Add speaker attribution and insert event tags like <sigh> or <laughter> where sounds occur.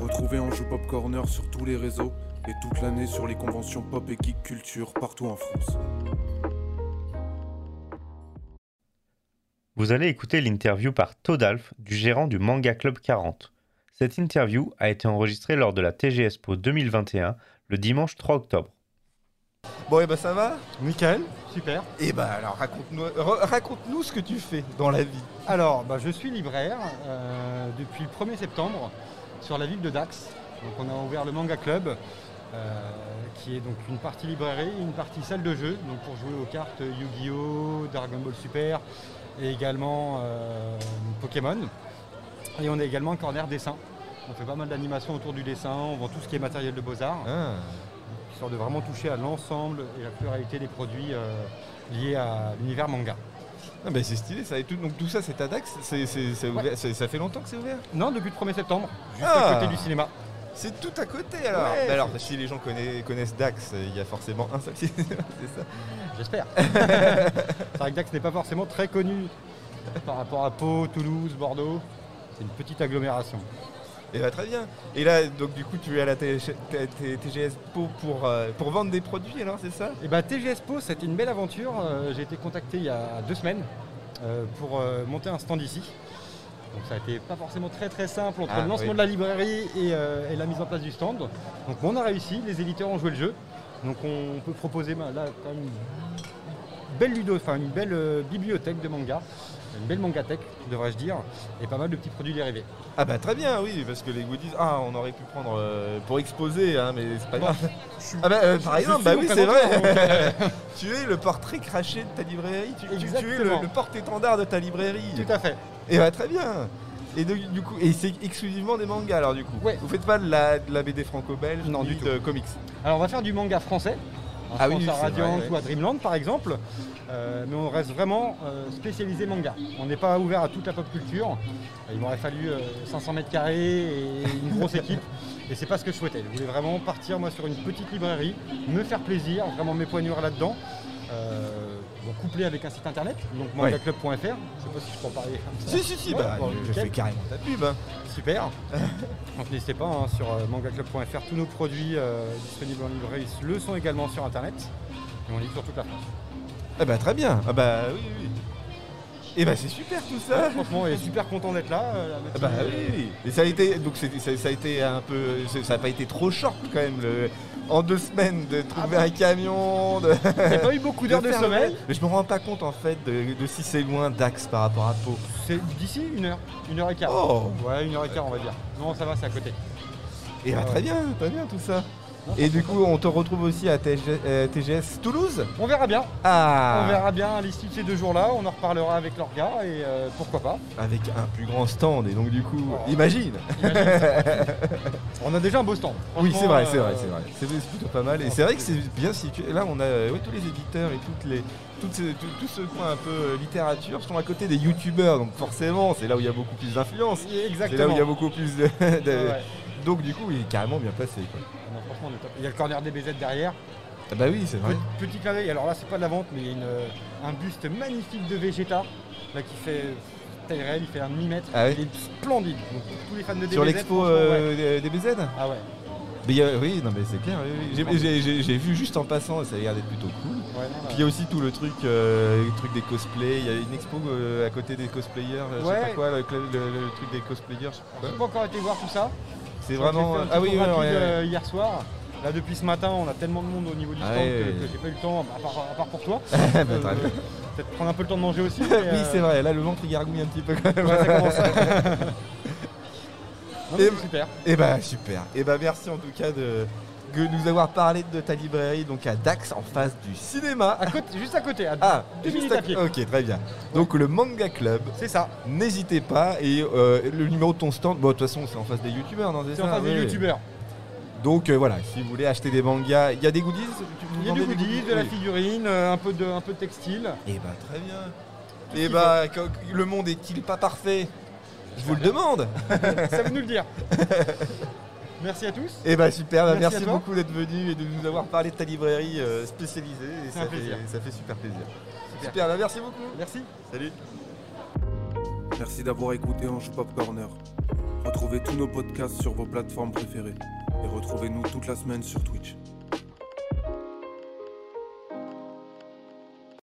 Speaker 1: Retrouvez Anjou Pop Corner sur tous les réseaux et toute l'année sur les conventions pop et geek culture partout en France.
Speaker 2: Vous allez écouter l'interview par Todalf du gérant du Manga Club 40. Cette interview a été enregistrée lors de la TGSPO 2021 le dimanche 3 octobre.
Speaker 3: Bon, et bah ça va
Speaker 4: Nickel, super.
Speaker 3: Et bah alors raconte-nous re- raconte-nous ce que tu fais dans la vie.
Speaker 4: Alors, bah, je suis libraire euh, depuis le 1er septembre sur la ville de Dax. Donc, on a ouvert le Manga Club, euh, qui est donc une partie librairie, une partie salle de jeu, donc pour jouer aux cartes Yu-Gi-Oh, Dragon Ball Super et également euh, Pokémon. Et on a également un corner dessin. On fait pas mal d'animations autour du dessin, on vend tout ce qui est matériel de beaux-arts.
Speaker 3: Ah,
Speaker 4: histoire de vraiment toucher à l'ensemble et la pluralité des produits euh, liés à l'univers manga.
Speaker 3: Ah, bah, c'est stylé ça et tout. Donc tout ça c'est à Dax, c'est, c'est- c'est ouvert- c'est- ça fait longtemps que c'est ouvert.
Speaker 4: Non, depuis le 1er septembre, juste
Speaker 3: Ah.
Speaker 4: à côté du cinéma.
Speaker 3: C'est tout à côté alors.
Speaker 4: Ouais.
Speaker 3: Bah, alors si les gens connaissent, connaissent Dax, euh, il y a forcément un seul <laughs> cinéma, c'est ça.
Speaker 4: J'espère. c'est vrai que Dax n'est pas forcément très connu par rapport à Pau, Toulouse, Bordeaux. C'est une petite agglomération.
Speaker 3: Et bah très bien. Et là donc du coup tu es à la TG- T- T- TGS Po pour euh, pour vendre des produits alors c'est ça
Speaker 4: Et bah TGS Po, c'était une belle aventure. Euh, J'ai été contacté il y a deux semaines euh, pour euh, monter un stand ici. Donc ça a été pas forcément très très simple entre
Speaker 3: Ah,
Speaker 4: le lancement
Speaker 3: oui.
Speaker 4: de la librairie et, euh, et la mise en place du stand. Donc on a réussi, les éditeurs ont joué le jeu. Donc on peut proposer bah, là quand même une belle ludo, enfin une belle euh, bibliothèque de manga, une belle mangathèque devrais-je dire, et pas mal de petits produits dérivés.
Speaker 3: Ah bah très bien oui parce que les goodies ah on aurait pu prendre euh, pour exposer hein, mais c'est pas
Speaker 4: Bon,
Speaker 3: grave. Ah bah euh, par
Speaker 4: je
Speaker 3: exemple
Speaker 4: suis
Speaker 3: bah
Speaker 4: mon
Speaker 3: oui c'est
Speaker 4: présentateur,
Speaker 3: vrai. <laughs> Tu es le portrait craché de ta librairie, tu, tu- tu es le,
Speaker 4: Exactement.
Speaker 3: le porte-étendard de ta librairie.
Speaker 4: <laughs> Tout à fait.
Speaker 3: Et bah très bien Et donc, du coup, et c'est exclusivement des mangas alors du coup.
Speaker 4: Ouais.
Speaker 3: Vous faites pas de la, de la BD franco-belge
Speaker 4: Non,
Speaker 3: ni
Speaker 4: du
Speaker 3: de comics.
Speaker 4: Alors on va faire du manga français. On
Speaker 3: Ah
Speaker 4: pense
Speaker 3: oui,
Speaker 4: à
Speaker 3: c'est
Speaker 4: Radiant
Speaker 3: vrai, ouais.
Speaker 4: ou à Dreamland par exemple. Euh, mais on reste vraiment euh, spécialisé manga. On n'est pas ouvert à toute la pop culture. Il m'aurait fallu euh, 500 mètres carrés et une
Speaker 3: <laughs>
Speaker 4: grosse équipe. Et c'est pas ce que je souhaitais. Je voulais vraiment partir moi sur une petite librairie, me faire plaisir, vraiment m'épanouir là-dedans. Euh, bon, couplé avec un site internet, donc
Speaker 3: Ouais.
Speaker 4: mangaclub.fr. Je sais pas si je peux en parler. comme ça.
Speaker 3: Si si si
Speaker 4: Ouais,
Speaker 3: bah
Speaker 4: bon,
Speaker 3: je- je
Speaker 4: nickel.
Speaker 3: fais carrément ta pub. hein.
Speaker 4: Super. <laughs> Donc n'hésitez pas hein, sur euh, mangaclub.fr, tous nos produits euh, disponibles en librairie le sont également sur internet. Et on livre sur toute
Speaker 3: <laughs>
Speaker 4: la France.
Speaker 3: Ah bah très bien. Ah bah oui oui. Et bah c'est super tout ça.
Speaker 4: Franchement, on est super content d'être là. euh, la
Speaker 3: Ah
Speaker 4: matinée.
Speaker 3: bah oui, oui. Et ça a été donc c'est- ça, ça a été un peu c'est- ça n'a pas été trop short quand même le- en deux semaines de trouver un camion. De...
Speaker 4: J'ai pas eu beaucoup d'heures de,
Speaker 3: faire le-
Speaker 4: sommeil.
Speaker 3: Mais je me rends pas compte en fait de, de si c'est loin d'Axe par rapport à Pau.
Speaker 4: C'est d'ici une heure, une heure et quart.
Speaker 3: Oh.
Speaker 4: Ouais, une heure et quart, on va dire. Non, ça va, c'est à côté.
Speaker 3: Et bah
Speaker 4: Ouais.
Speaker 3: très bien, très bien tout ça.
Speaker 4: Non,
Speaker 3: Et du coup, on te retrouve aussi à TG- euh, TGS Toulouse
Speaker 4: On verra bien.
Speaker 3: Ah
Speaker 4: On verra bien à l'issue de ces deux jours-là. On en reparlera avec l'orga et euh, pourquoi pas.
Speaker 3: Avec un plus grand stand, et donc du coup,
Speaker 4: Oh.
Speaker 3: imagine <laughs>
Speaker 4: On a déjà un beau stand.
Speaker 3: Oui, c'est vrai,
Speaker 4: Franchement,
Speaker 3: c'est vrai,
Speaker 4: euh,
Speaker 3: c'est vrai. C'est c'est plutôt pas mal. Et c'est vrai que c'est bien situé. Là, on a euh, ouais, tous les éditeurs et toutes les, toutes ces- tout, tout ce coin un peu euh, littérature sont à côté des youtubeurs. Donc forcément, c'est là où il y a beaucoup plus d'influence. C'est
Speaker 4: Exactement.
Speaker 3: là où il y a beaucoup plus de. de-
Speaker 4: Ouais. Ah
Speaker 3: Donc du coup, il est carrément bien placé. quoi.
Speaker 4: Non, franchement, on est top. Il y a le corner DBZ derrière.
Speaker 3: Ah bah oui, c'est vrai.
Speaker 4: Pe- Petit clin d'œil, alors là c'est pas de la vente, mais il y a une, euh, un buste magnifique de Vegeta, là qui fait euh, taille réelle, il fait un demi-mètre,
Speaker 3: Ah ouais
Speaker 4: il est splendide. Donc pour tous les fans de DBZ,
Speaker 3: Sur l'expo
Speaker 4: franchement, ouais.
Speaker 3: euh, des BZ
Speaker 4: Ah ouais,
Speaker 3: Mais il y a- Oui, non mais c'est clair. oui, oui. J'ai- j'ai- J'ai j'ai vu juste en passant, ça a l'air d'être plutôt cool.
Speaker 4: ouais, non,
Speaker 3: Puis il y a aussi tout le truc, euh, le truc des cosplays. Il y a une expo euh, à côté des cosplayers, euh, je sais
Speaker 4: Ouais.
Speaker 3: pas quoi, le, cla- le- le truc des cosplayers, je sais pas
Speaker 4: J'ai
Speaker 3: quoi.
Speaker 4: pas encore été voir tout ça.
Speaker 3: C'est
Speaker 4: Donc,
Speaker 3: vraiment.
Speaker 4: j'ai fait un
Speaker 3: Ah
Speaker 4: petit
Speaker 3: oui, oui,
Speaker 4: tour
Speaker 3: ouais,
Speaker 4: rapide,
Speaker 3: ouais.
Speaker 4: euh, hier soir. Là depuis ce matin, on a tellement de monde au niveau du
Speaker 3: Ah
Speaker 4: stand
Speaker 3: ouais,
Speaker 4: que,
Speaker 3: ouais.
Speaker 4: que j'ai pas eu le temps, à part, à part pour toi.
Speaker 3: Ah <laughs> bah,
Speaker 4: Euh, <laughs>
Speaker 3: très bien.
Speaker 4: Peut-être prendre un peu le temps de
Speaker 3: <laughs>
Speaker 4: manger aussi. mais,
Speaker 3: Oui,
Speaker 4: euh,
Speaker 3: c'est vrai, là le ventre il gargouille un petit peu quand même.
Speaker 4: ouais, ça commence.
Speaker 3: <laughs>
Speaker 4: Non, mais
Speaker 3: Et-
Speaker 4: c'est super.
Speaker 3: Et bah super. Et bah merci en tout cas de, de nous avoir parlé de ta librairie, donc à Dax, en face du cinéma.
Speaker 4: À côté- juste à côté, à-
Speaker 3: Ah,
Speaker 4: Deux
Speaker 3: juste
Speaker 4: minutes à pied.
Speaker 3: Ok, très bien. Donc le Manga Club,
Speaker 4: c'est ça.
Speaker 3: n'hésitez pas. Et euh, le numéro de ton stand, bon, de toute façon, c'est en face des youtubeurs, non
Speaker 4: C'est
Speaker 3: ça
Speaker 4: en face
Speaker 3: Oui,
Speaker 4: des
Speaker 3: oui.
Speaker 4: youtubeurs.
Speaker 3: Donc euh, voilà, si vous voulez acheter des mangas, il y a des goodies tu- vous
Speaker 4: Il y a
Speaker 3: vendez
Speaker 4: du
Speaker 3: des
Speaker 4: goodies, de la
Speaker 3: Oui.
Speaker 4: figurine, euh, un peu de, un peu de textile.
Speaker 3: Eh bah très bien. Eh bah co- le monde est-il pas parfait Je vous le demande.
Speaker 4: Ça veut nous le dire. Merci à tous.
Speaker 3: Eh bah super, bah,
Speaker 4: Merci
Speaker 3: merci,
Speaker 4: à toi.
Speaker 3: beaucoup d'être venu et de nous avoir parlé de ta librairie euh, spécialisée. Et
Speaker 4: C'est
Speaker 3: ça,
Speaker 4: un
Speaker 3: fait,
Speaker 4: plaisir.
Speaker 3: ça fait super plaisir. Super,
Speaker 4: Super.
Speaker 3: bah, merci beaucoup.
Speaker 4: Merci.
Speaker 3: Salut.
Speaker 1: Merci d'avoir écouté Anjou Pop Corner. Retrouvez tous nos podcasts sur vos plateformes préférées. Et retrouvez-nous toute la semaine sur Twitch.